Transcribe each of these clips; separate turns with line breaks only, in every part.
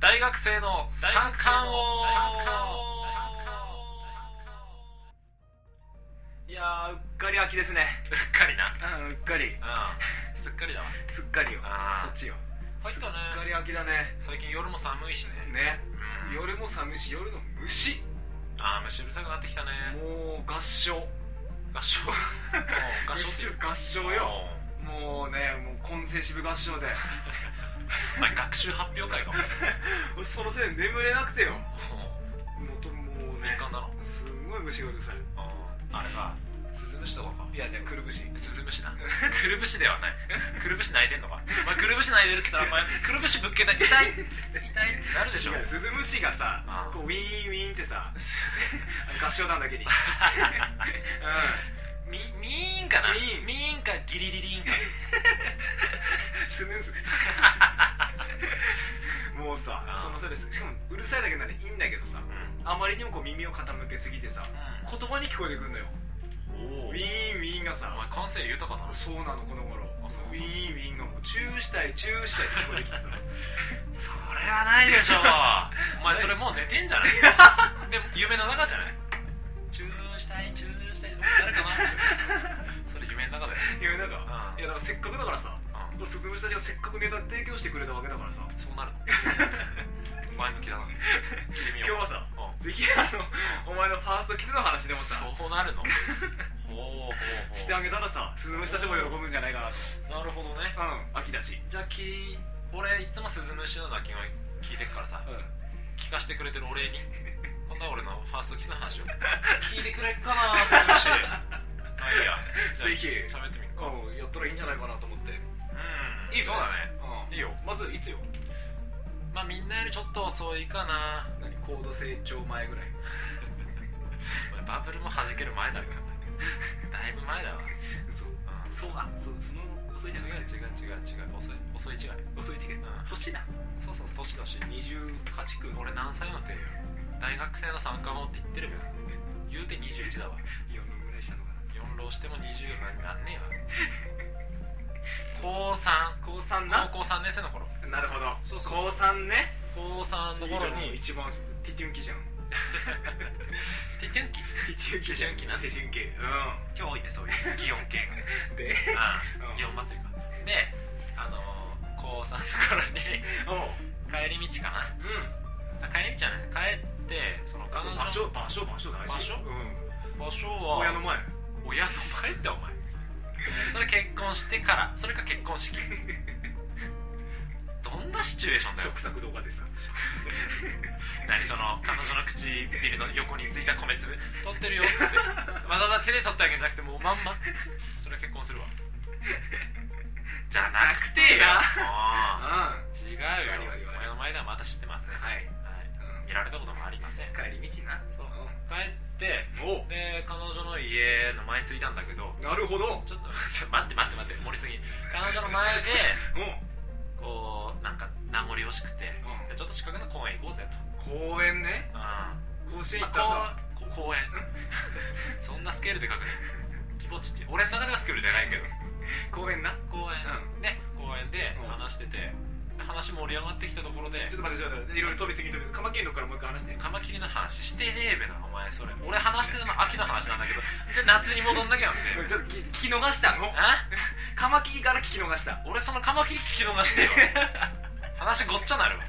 大学生の三冠王
いやーうっかり秋ですね
うっかりな
うんうっかり
うんすっかりだわ
すっかりよ
あー
そっちよ
入ったね
すっかり秋だね
最近夜も寒いしね
ね
うん
夜も寒いし夜の虫
あー虫うるさくなってきたね
もう合唱
合唱もう合唱っていう
合唱よもうねもう混声支部合唱で
お前学習発表会かも
俺そのせいで眠れなくてよもうともう
敏
ね
感だな
すんごい虫がうるさい
あれかスズムシとかか
いやじゃあくるぶし
スズム シなくるぶしではないくるぶし 泣いてんのかお前くるぶし泣いてるって言ったらお前くるぶしぶっけない痛い 痛いってなるでしょ
違うスズムシがさ
あー
こうウィーンウィーンってさ
す
合唱団だ けに うん
みみーんかな
みーん
みーんかギリリリーンか
ス ヌーズもうさ
あー
そのせいですしかもうるさいだけならいいんだけどさ
うん
あまりにもこう耳を傾けすぎてさ言葉に聞こえてくんのよ
おお
ウ
お前
ィーンウィーンがさ
感性豊かだな
そうなのこの頃
あそう
ウィーンウィーンがもうチューしたいチューしたい って聞こえてきてさ
それはないでし ょお前それもう寝てん じゃないでも夢の中じゃないチューしたいチューしたい誰かなそれ夢の中だよ、
夢の中
うん
いやだからせっかくだからさ
う
これ鈴虫たちがせっかくネタ提供してくれたわけだからさ
ん、そうなるの 前向きだな聞いてみ
今日
よう
はさ
今
ぜひあのお前のファーストキスの話でもさ
そうなるのほうほうほう
してあげたらさ鈴虫たちも喜ぶんじゃないかなと
なるほどね
うん秋だし
じゃあき俺いつもスズムシの鳴き声聞いてっからさ
う
聞かしてくれてるお礼 に今度は俺のファーストキスの話を聞いてくれっかなスズムシまあいいやじゃあ
ぜひ
喋ってみっか
ん、うん、やったらいいんじゃないかなと思って
うん
いいよね
そうだね
うん
いいよ
まずいつよ
まあみんなよりちょっと遅いかな
何高度成長前ぐらい
お前バブルも弾ける前だよ だいぶ前だわ、う、
そうんそうあそうその 遅い
違
じゃな
う
い
違う違う違う遅い遅い違い
遅い時期
うん
年だ
そうそう年だし
28区
俺何歳のてよ大学生の三冠王って言ってるけど言うて21だわ
4ぐらいしたのかな
四浪しても20なんなんねえわ高3
高3な
高校3年生の頃
なるほど
そうそうそう
高3ね
高3の
いいじゃ
頃
ん
に
一番ティテュンキじゃん
ティテンキ
ティテュンキじゃん
思春期な
思春期
今日多いねそういう祇園系 がね
うんで
あ
うん
あ祇園祭りかであのー高3の頃に
おう
帰り道かな
うん
あ帰り道じゃない帰ってその彼
そ
女
う
の
場所場所場所大事
場所
うん
場所は
親の前
親の前ってお前 それ結婚してからそれか結婚 式どんなシチュエーションだよ
食卓動画でさ
何その彼女の唇の横についた米粒取ってるよっつってわざわざ手で取ってあげるんじゃなくてもうまんまそれは結婚するわじゃなくてよ
なう
も
ん
う
は
違う
わかる
よ
わかる
親の前ではまた知ってません、はい、
い
見られたこともありません帰
帰り道な
そう
う
って
んおう
で彼女の家の前に着いたんだけど
なるほど
ちょっと ちょ待って待って待って盛りすぎ彼女の前で
うん
こうなんか名残惜しくて、
うん
じゃあちょっと近くの公園行こうぜと、
公園ね
うん
甲子園行ったん
ま
だ
あ、こうこ 公園そんなスケールで書くね規模ちっちゃい俺の中ではスケールでないけど
公園な
公園
う
ね公園で
うん
話しててで話盛り上がってきたところで
ちょっと待ってちょっと待っていろいろ飛びすぎ飛びすぎカマキリのからもう一回話して
カマキリの話してねえべなお前それ俺話してたの秋の話なんだけどじゃあ夏に戻んなきゃなんて
ちょっと聞聞き逃したの
あ
カマキリから聞き逃した
俺そのカマキリ聞き逃 してよ話ごっちゃなるわ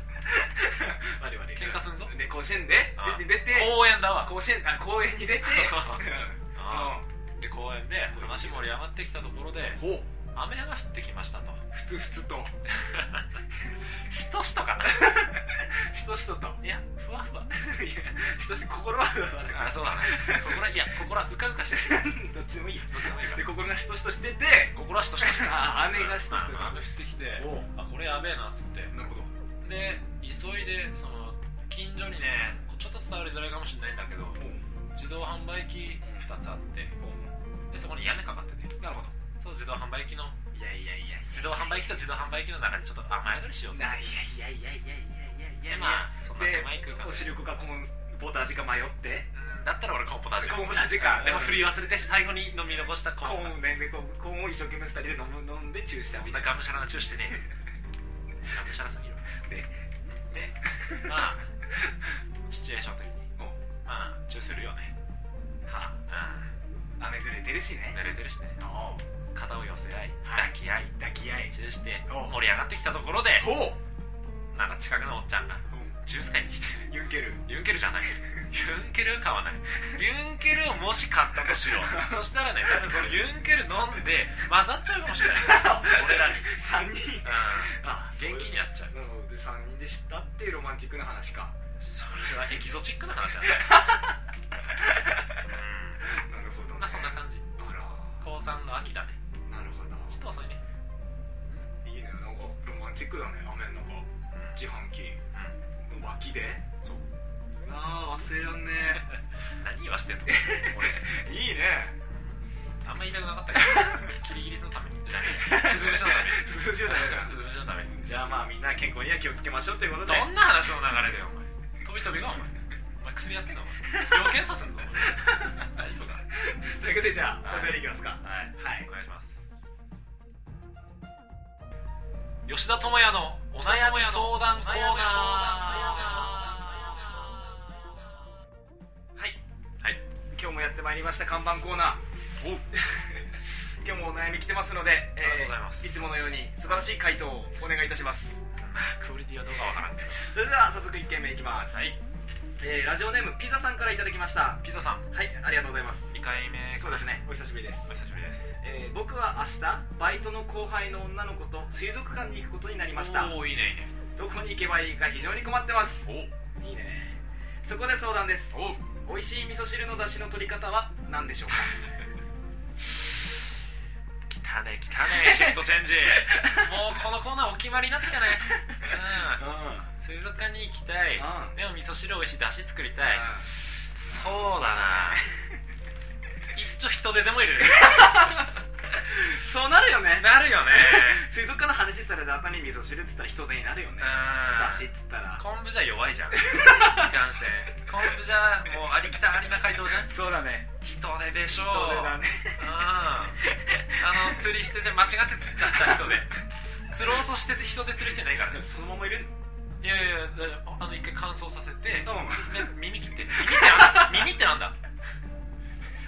我々
喧嘩すんぞ
で甲子園で
あ
でで出て
公園だわ
甲子園あ公園に出 て
あで公園で話盛り上がってきたところで
うんほう
雨が降ってきましたと
ふつふつと
しとしとかな
しとしとと い
いやふわふわ
やしとし心は
あそうだね心はいや心はうかうかしてる
どっちでもいいよ
どっちでもいいか
で
ら
心がしとしとしてて
心はしとしとしてる
あ雨がしとしと
うん雨降ってきて
おう
あこれやべえなっつって
なるほど
で急いでその近所にねちょっと伝わりづらいかもしれないんだけど
ほう
自動販売機2つあって
ほう
でそこに屋根かかってて
なるほ
そう自動販売機の
どいやいやいや
自動販売機と自動販売機の中でちょっと雨宿りしよう
い
ぜ
やいやいやいやいやいやいやい
で
や
まあそんな
で
狭い空間
お
で
しるこかコーンポタージュか迷って
うんだったら俺コーンポタージュ
コーンポタージュか
でも振り忘れて最後に飲み残したコ
コ
ーン
ーンねでコーンを一生懸命二人で飲む飲んでチューした
そん
み
な
たい
がむしゃらなチューしてねえがむしゃらすぎる
で
でまあシチュエーション的にまあ中するよね
は
う
あ雨濡れてるし
ん
ね
濡れてるしね
おう
肩を寄せ合い
はい
抱き合い
抱き合い
中して
お
盛り上がってきたところで
ほう
なんか近くのおっちゃんがジュース買いに来て
ユンケル
ユンケル じゃないユンケル買わないユンケルをもし買ったとしよ うそしたらね多分そのユンケル飲んで混ざっちゃうかもしれ ない俺らに、う
3人
ん、
あそういう
元気になっちゃう
なるほどで3人で知ったっていうロマンチックな話か
それはエキゾチックな話だね
なるほど、
う
ね
んまあそんな感じ
あら
高3の秋だね
なるほ
ちょっ
ど
と遅いね
いいねなんかロマンチックだね雨の中
うん
自販機脇で
そう
ああ忘れらんね
何言わしてんの
えいいね
俺あんま言いたくなかったけどキリギリスのためにじゃあ鈴虫のために
涼しいだ
鈴虫のために
じゃあまあみんな健康には気をつけましょうということで
どんな話の流れだよお前飛び飛びがお前お前薬やってんのお前要検査すんぞお前大丈夫か
ということでじゃあお便りいきますか
はい
はい
お願いします吉田智也のお悩み相談コーナー
お悩み相談コーナー
はいはい
今日もやってまいりました看板コーナー今日もお悩み来てますのでえー
ありがとうございます
いつものように素晴らしい回答をお願いいたします
まあクオリティはどうかわからんけど
それでは早速1件目いきます、
はい
えーラジオネームピザさんからいただきました
ピザさん
はいありがとうございます
2回目
そうですねお久しぶりで
お
す、
久しぶりです
えー僕は明日バイトの後輩の女の子と水族館に行くことになりました
おおいいねいいね
どこに行けばいいか非常に困ってます
お
いいねそこで相談です
お
美味しい味噌汁の出汁の取り方は何でしょうか
きたねきた ねシフトチェンジもうこのコーナーお決まりになってきたねうん
う
水族館に行きたい
うん
でも味噌汁美味しいだし作りたいそうだ な一丁人手でもいる
そうなるよね
なるよ ね
水族館の話された後に味噌汁っつったら人手になるよね
うん
出汁っつったら
昆布じゃ弱 いじゃんいかんせん昆布じゃもうありきたありな回答じゃん
そうだね
人手でしょ
人
う
手だね
うんあの釣りしてて間違って釣っちゃった人で釣ろうとしてて人で釣る人いないからね
そのままいる
いやいやいやあの一回乾燥させて、
うん
ね、耳切って耳ってなんだ耳ってなんだ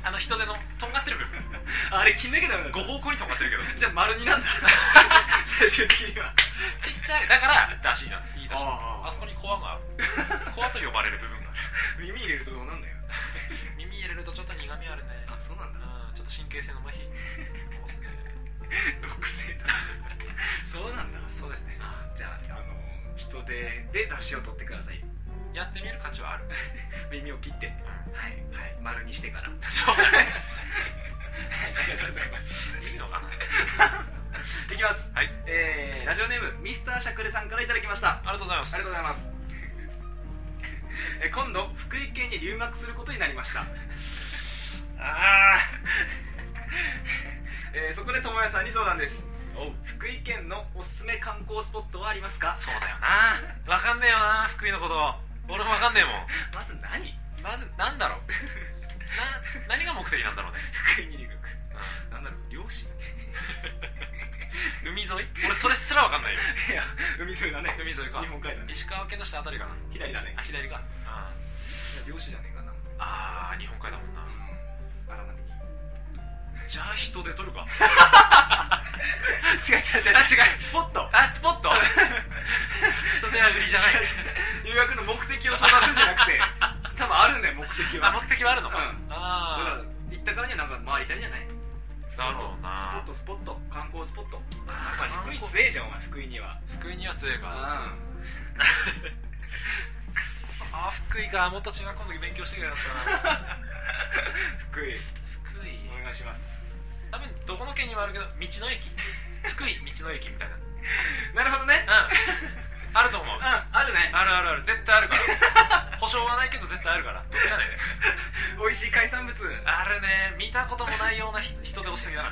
あの人手のとんがってる部分
あれ切んなきゃダメだ
5方向にとんがってるけど
じゃあ丸になんだ 最終的には
ちっちゃいだからだしいないいだし
あ
あそこにコアがあるコアと呼ばれる部分がある
耳入れるとどうなんだよ
耳入れるとちょっと苦みあるね
そうなん
うんちょっと神経性の麻痺起こすね
毒性だそうなんだ
そうですね
あじゃああの人手で出汁を取ってください
やってみる価値はある
耳を切ってはいはい丸にしてから
そうだね
ありがとうございます
いいのかない
きます
はい
えー、ラジオネームミスターシャクレさんからいただきましたあ
ありがとうございます
りがとうございますえ今度福井県に留学することになりました、
あ
えー、そこで友也さんに相談です
あおう
福井県のおすすめ観光スポットはありますか
そうだよなわかんねえよな福井のこと俺もわかんねえもん
まず何
まずなんだろうな何が目的なんだろうね、
福井に留学なんだろう漁師
うん、海沿い俺それすらわかんないよ
いや海沿いだね
海沿いか
日本海だね
石川県の下あたりかな
左だね
あ左か、うん、
漁師じゃねえかな
あー日本海だもんな
うん荒波に違う
じゃあ人で取るか
違う違う違うスポット
あスポッ ト人手殴りじゃない
留学の目的を探すんじゃなくて多分あるね目的は
あ目的はあるのか、
うんだか
あ
ら行ったからにはなんか回りたいんじゃない
あなるほど
スポ
な
ットスポット観光スポット
あ
お前福井強えじゃんお前福井には
福井には強いか
う
くっそー福井かもっと中学校の時勉強してくれよかったな
ん福井
福井
お願いします
多分どこの県にもあるけど道の 駅福井道の駅みたいなうん
なるほどね
あると思う
うん
あ
あるね
るあるある絶対あるから 保証はないけど絶対あるからどっちじゃないね
美味しい海産物
あるね見たこともないような人人で押しすぎだな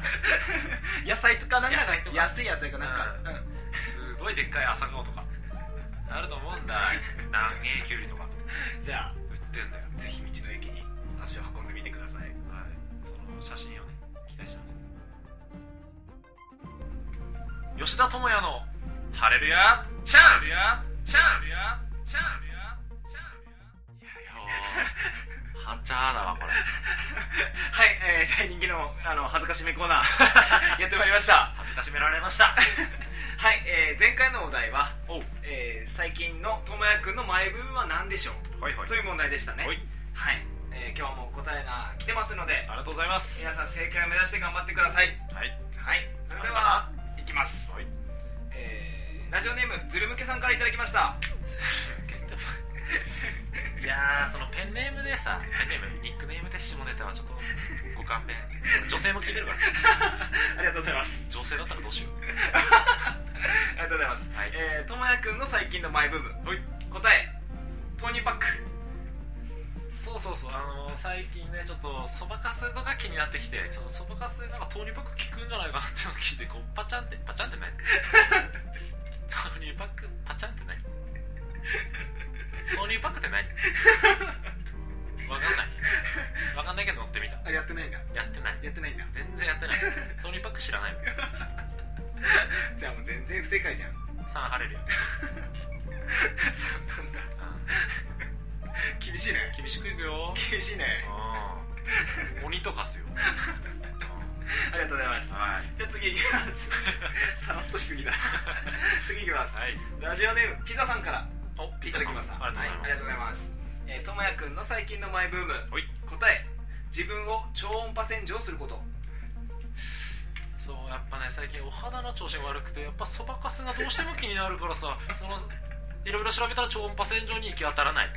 野菜とかなんか
野菜とか
安い野菜かなんかうん
すごいでっかい朝顔とかあると思うんだ南芸きゅうりとか
じゃあ
売ってんだよ
ぜひ道の駅に足を運んでみてください
はいその写真をね期待します吉田智也の「ハレルヤチャンス」チャンスチャンス
チャンス
いやよー半チャーだわこれ
はい、えー、大人気のあの恥ずかしめコーナ ーやってまいりました
恥ずかしめられました
はい、えー、前回のお題は、
おう
えー、最近のともやくんのマイブームは何でしょう、
はいはい
という問題でしたね
はい
はい、えー今日も答えが来てますの
あ
で
りがとうございます
皆
は
さん正解を目指して頑張ってください
い
はいそれで
あ
は行きます、
はい
えーラジオネームズルムケさんからいただきました
いやーそのペンネームでさペンネームニックネームで下ネタはちょっとご勘弁女性も聞いてるからさ
ありがとうございます
女性だったらどうしよう
ありがとうございます
はい
えーともやくんの最近のマイブーム答え豆乳パック
そうそうそうあのー最近ねちょっとそばかすとか気になってきてそのそばかすなんか豆乳パック効くんじゃないかなっていうのを聞いてこうパチャンってパチャンって何豆乳パックパチャンって何豆乳パックって何わかんないわかんないけど乗ってみた
あやってないんだ
やってない
やってないんだ
全然やってない豆乳パック知らないもん
じゃあもう全然不正 解じゃん
3晴れるよ、
さあなんだ
う
厳しいね
ん、厳しくいくよ
厳しいね
うん鬼とかすようん
ありがとうございます
はい
じゃあ次いきます さらっとしすぎだ次いきます、
はい
ラジオネームピザさんから
お
い
ピ
た
ザさ
だき
ん
ました
ありがとうござい
は
ます、
ありがとうございますえーともやくんの最近のマイブーム
はい
答え自分を超音波洗浄すること
そうやっぱね最近お肌の調子が悪くてやっぱそばかすがどうしても気になるからさそのいろいろ調べたら超音波洗浄に行き当たらない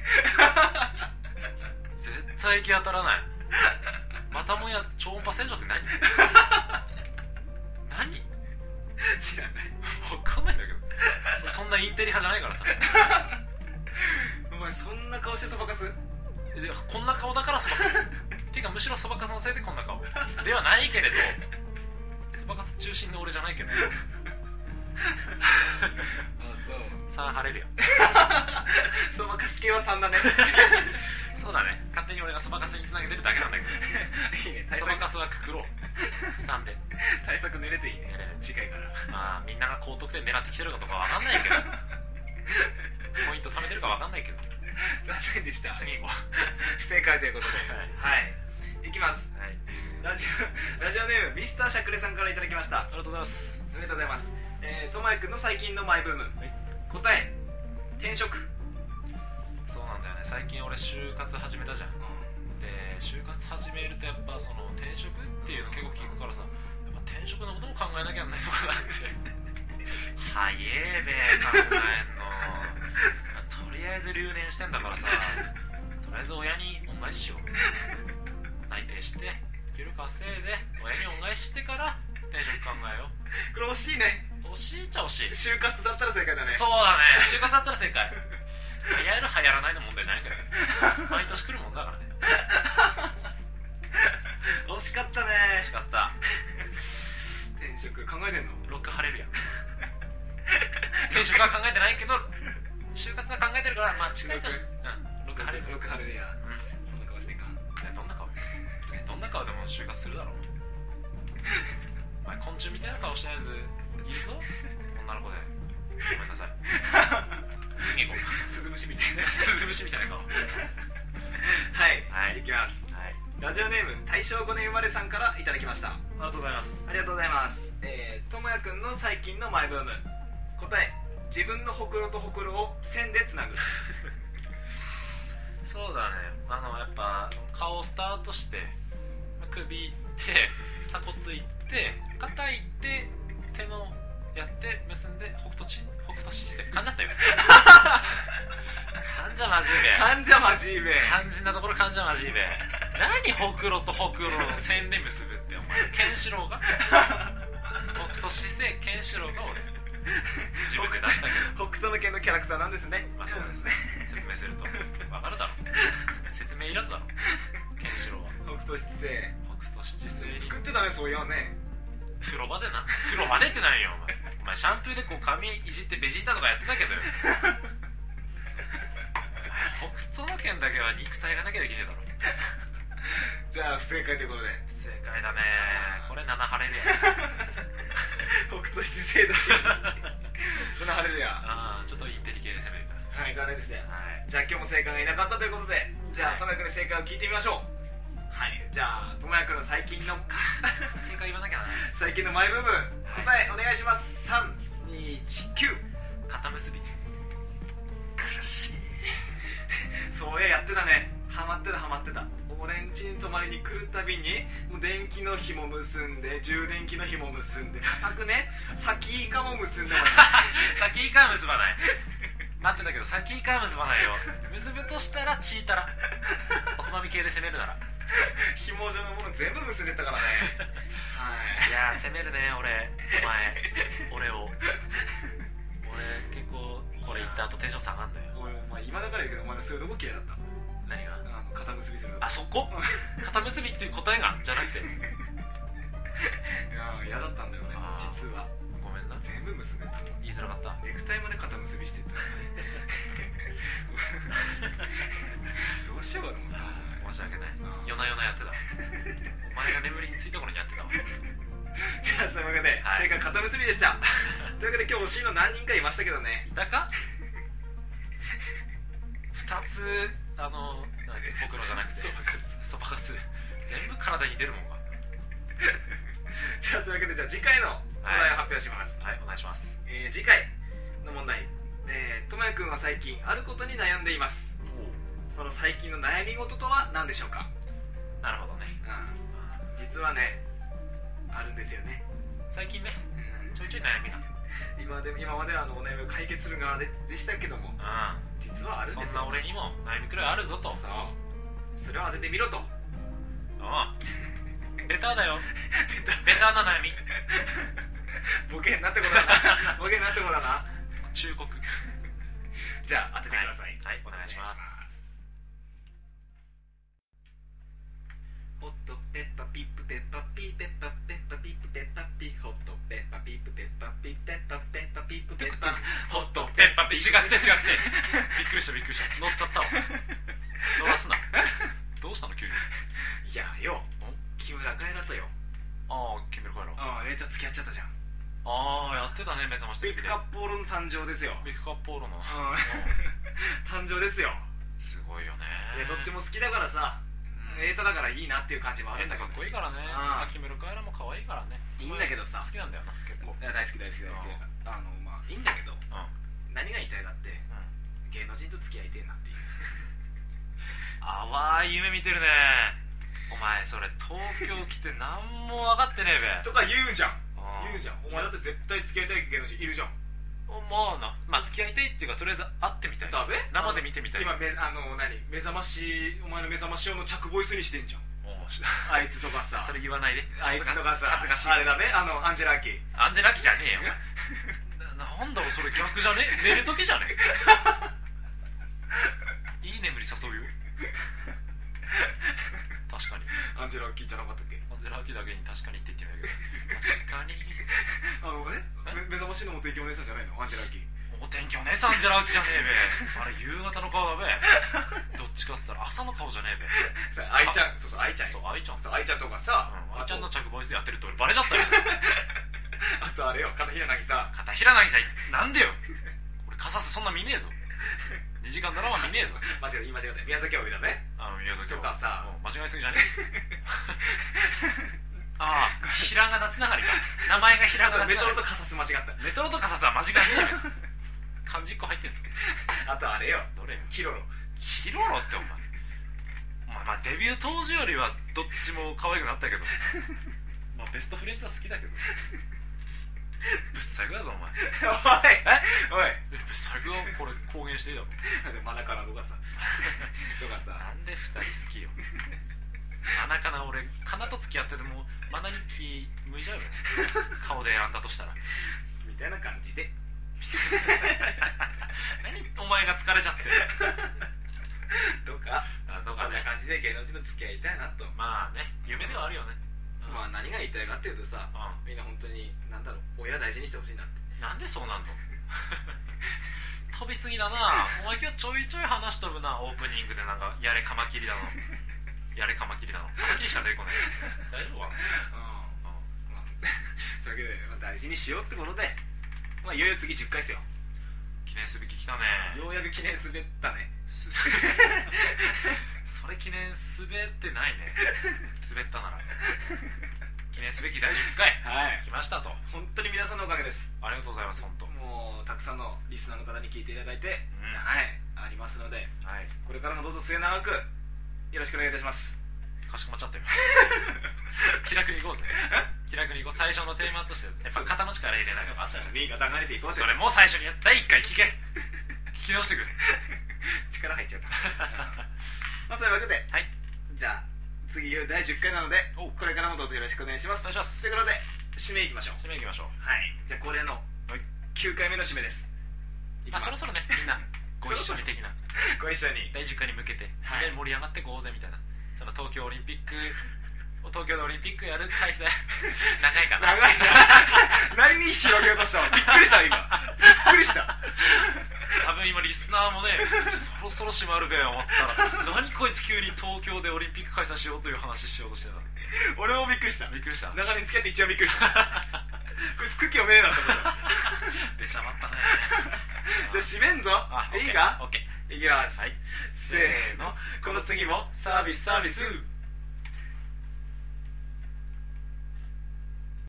絶対行き当たらないまたもや超音波洗浄って何何
知らない
わかんないんだけど俺そんなインテリ派じゃないからさ
お前そんな顔してそばかす
でこんな顔だからそばかすていうかむしろそばかすのせいでこんな顔ではないけれどそばかす中心の俺じゃないけど
あそ
さあ晴れるよ
うそばかす系は3だね
そうだね勝手に俺がそばかすにつなげてるだけなんだけど
いいね
そばかすはくくろう3で
対策練れていいね次回から
まあみんなが高得点狙ってきてるかとかわかんないけどポイント貯めてるかわかんないけど
残念で した
次行こ
不正解ということで
はい
はいいきます
うはい
ラジオラジオネームミスターしゃくれさんからいただきました
ありがとうございます
おめでとうございますえーともやくんの最近のマイブーム、
い
答え転職
そうなんだよね最近俺就活始めたじゃんで就活始めるとやっぱその転職っていうの結構聞くからさやっぱ転職のことも考えなきゃいけないのかなって早えべ考えんの、まあとりあえず留年してんだからさとりあえず親に恩返ししよう内定して給料稼いで親に恩返ししてから転職考えよ
これ惜しいね
う惜しいっちゃ惜しい
就活だったら正解だね
そうだね就活だったら正解流行る流行らないの問題じゃないから毎年来るもんだからね
惜しかったね
惜しかった
転職考えてんの
ロック貼れるやん転職は考えてないけど就活は考えてるからまあ近いとしうんロック貼れる
よく晴れるや
うんね
そんな顔してんか
どんな顔よ別にどんな顔でも就活するだろうお前昆虫みたいな顔してないやついるぞ女の子でごめんなさい次 行こう
スズムシみた いな
スズムシみたいな顔はい
はい、
はい
いきます
あ
ラジオネーム大正5年生まれさんからいただきましたあ
りがとうございます
りがとうございますえーともやくんの最近のマイブーム答え自分のほくろとほくろを線でつなぐ
そうだねあのやっぱ顔スタートして首いって鎖骨いって肩いって手のやって結んで北斗地北斗七星噛んじゃったよ噛んじゃまじいべ
患者マジめ
肝心なところ噛んじゃまじいべ何ほくろとほくろの線で結ぶってお前ケンシロウが北斗七星ケンシロウが俺自分で出したけど
北斗の拳のキャラクターなんですね
まあそうですね説明するとわかるだろ説明いらずだろケンシロウは
北斗七星
北斗七星に
作ってたねそういやね
風呂場でな風呂場でってないよお前お前シャンプーでこう髪いじってベジータとかやってたけどよ北斗の剣だけは肉体がなきゃできねえだろ
じゃあ不正解ということで
不正解だねこれ7晴れるや
北斗七星だ七晴れるや
ああちょっとインテリ系で攻めてた
はい残念ですね
はい
じゃあ今日も正解がいなかったということでじゃあともやくんの正解を聞いてみましょうはいじゃあともやくんの最近の
正解言わなきゃな
最近のマイブーム
い
答えお願いします3219
肩結び苦しい
そうややってたねハマってたハマってた俺ん家に泊まりに来るたびにもう電気の日も結んで充電器の日も結んで固くね先以下も結んでもらった
先イカは結ばない待ってたけど先イカは結ばないよ結ぶとしたらチータラおつまみ系で攻めるなら
紐状のもの全部結んでったからね
い
はい
やー攻めるね俺お前俺を俺結構これ言った後テンション下がんのよ
俺もまあ今だから言うけどお前のそういうとこ嫌いだった
何が
あの肩結びするの
あそこ肩結びっていう答えがじゃなくて
いや嫌だったんだよね
あー
実は
ごめんな
全部結んでた
言いづらかった
ネクタイまで肩結びしてった どうしようかと思った
申し訳ない
うん
夜な夜なやってたお前が眠りについた頃にやってたわ
じゃあそういうわけで、
はい
正解肩結びでしたというわけで今日惜しいの何人かいましたけどね
いたか2つあのなんだっけほくろじゃなくて
そうわか
そばか
る
す全部体に出るもんか
じゃあそういうわけでじゃあ次回のお題を発表します、
はいお願いします
えー次回の問題えーともやくんは最近あることに悩んでいますその最近の悩み事とは何でしょうか、
なるほどね
うん
うん
実はねあるんですよね、
最近ね
うん
ちょいちょい悩みが
今でも今まではあのお悩みを解決する側ででしたけども
う
実はあ
ん
るん
そ
で
ん
す
な
よ
俺にも悩みくらいあるぞと
そうそれを当ててみろと
うん ベターだよベターな悩み
ボケになってことだなボケになってことだな
忠告
じゃあ当ててください
はいはいお願いします
ホットペッパピップペッパピーペッパペッパピップペッパピーホットペッパピップペッパピーペッパペッパピップペッパホット
ペッパピ違くて違くて びっくりしたびっくりした乗っちゃったわ乗らすなどうしたの急に
いやよ木村カエラとよ
ああ決める帰ろう
ああえーと付き合っちゃったじゃん
ああやってたね目覚ましテレ
ビッ
ビで
グカップオールの誕生ですよ
ビッグカップオールのう ん
ん誕生ですよ
すごいよね
いやどっちも好きだからさエータだからいいなっていう感じもあ
あ
る
れ
ん
だ
だけ
か
ど
っこいいからね
あー
キムルカエラも可愛いからね
いいんだけどさ
好きなんだよな結構
いや大好き大好き大好きあのまあいいんだけど
うん
何が言いたいかって芸能人と付き合いてえなっていう
淡い夢見てるねお前それ東京来て何も分かってねえべ
とか言うじゃん
うん
言うじゃんお前だって絶対付き合いたい芸能人いるじゃん
まあなまあ付き合いたいっていうかとりあえず会ってみたい
ダメ
生で見てみたい
今めあの何目覚ましお前の目覚まし用の着ボイスにしてんじゃん
お うし
あいつとかさ
それ言わないで
あいつとかさ
恥ずかしい
あれだねあのアンジェラアキ
アンジェラキじゃねえよお前 ななんだろうそれ逆じゃねえ寝る時じ ゃねえいい眠り誘うよ確かに
アンジェラアキじゃなかったっけ
アンジェラキだけに確かにって言ってみたけど確かに
あのねめ目覚ましの元イケお姉さんじゃないのアンジェラアキ
お天気お姉さんアンジェラキじゃねえべあれ夕方の顔だべどっちかっつったら朝の顔じゃねえ
さあいちゃんそうそうあいちゃん
べそう愛ちゃん
そうあいちゃんとかさ
うん、
あ
愛ちゃ
と
んの着ボイスやってるって俺バレちゃったよ
あとあれよ片平なぎさ
片平渚なんでよ俺カサスそんな見ねえぞ2時間ドラマ見ねえぞ
間違えた言い間違えた宮崎あおいだね
あの宮崎は
とかさ
うん間違いすぎじゃねえああひらがなつながりか名前がひら
あ
がなつ
とメ
な
ト
がり
ロとカサス間違った
メトロとカサスは間違いねえ漢字1個入ってんぞ
あとあれよ
どれよ
キロロ
キロロってお前お前まあデビュー当時よりはどっちも可愛くなったけど まあベストフレンズは好きだけどぶっ最高だぞお前
おい
え
おい
えぶっ最高だこれ公言していいだろ
マナカナとかさとかさ
なんで二人好きよマナカナ俺カナと付き合っててもマナに気向いちゃうよね顔で選んだとしたら
みたいな感じで
何お前が疲れち ゃって
とか
あ
そ
と
ん
か
な
ね
感じで芸能人と付き合いたいなと
まあね夢ではあるよねうん
まあ何が言いたいかっていうとさ
う
みんな本当になんだろう親大事にしてほしいなって
んなんでそうなんの 飛びすぎだなお前今日ちょいちょい話飛ぶなオープニングでなんかやれカマキリだのやれカマキリだのカマキリしか出てこない大丈夫か
うん
な、うん
まあそういうわけで、まあ、大事にしようってことでまあいよいよ次10回ですよ
記念すべき来たね
ようやく記念滑ったね
すそれ記念すべってないね滑ったなら記念すべき第10回
はい
来ましたと
本当に皆さんのおかげです
ありがとうございます本当
もうたくさんのリスナーの方に聞いていただいて、
うん
はいありますので
はい
これからもどうぞ末永くよろしくお願いいたし ます
かしこまっちゃったよ 気楽にいこうぜ気楽にいこう最初のテーマとしてですねやっぱ肩の力入れないとかあ ったじゃん
ミーが流れていこうぜ
それもう最初にや第1回聞 け聞き直して くれ
力入っちゃった まあそういうわけで
はい
じゃあ次第10回なので
おう
これからもどうぞよろしくお願いします
お願いします
ということで締めいきましょう
締めいきましょう
はいじゃあ恒例の
はい
9回目の締めですいきま
あ
す
そろそろねみん なご一緒に的な
ご一緒に
第10回に向けて、
は
みんな
い
で盛り上がってこうぜみたいなその東京オリンピッ クを東京でオリンピックやる開 催長いか
長
ない
な何に広げようとしたのびっくりした今びっくりした
多分今リスナーもねそろそろ閉まるべ思 ったら何こいつ急に東京でオリンピック開催しようという話しようとしてた
俺もびっくりした
びっくりした
流れに付き合って一番びっくりしたこいつ空気読めねえなと思った
でしゃばった ね
じゃあ締めんぞ
あ
いいか
オッケ
いきます、
ーはい
せーのこの次もサービスサービス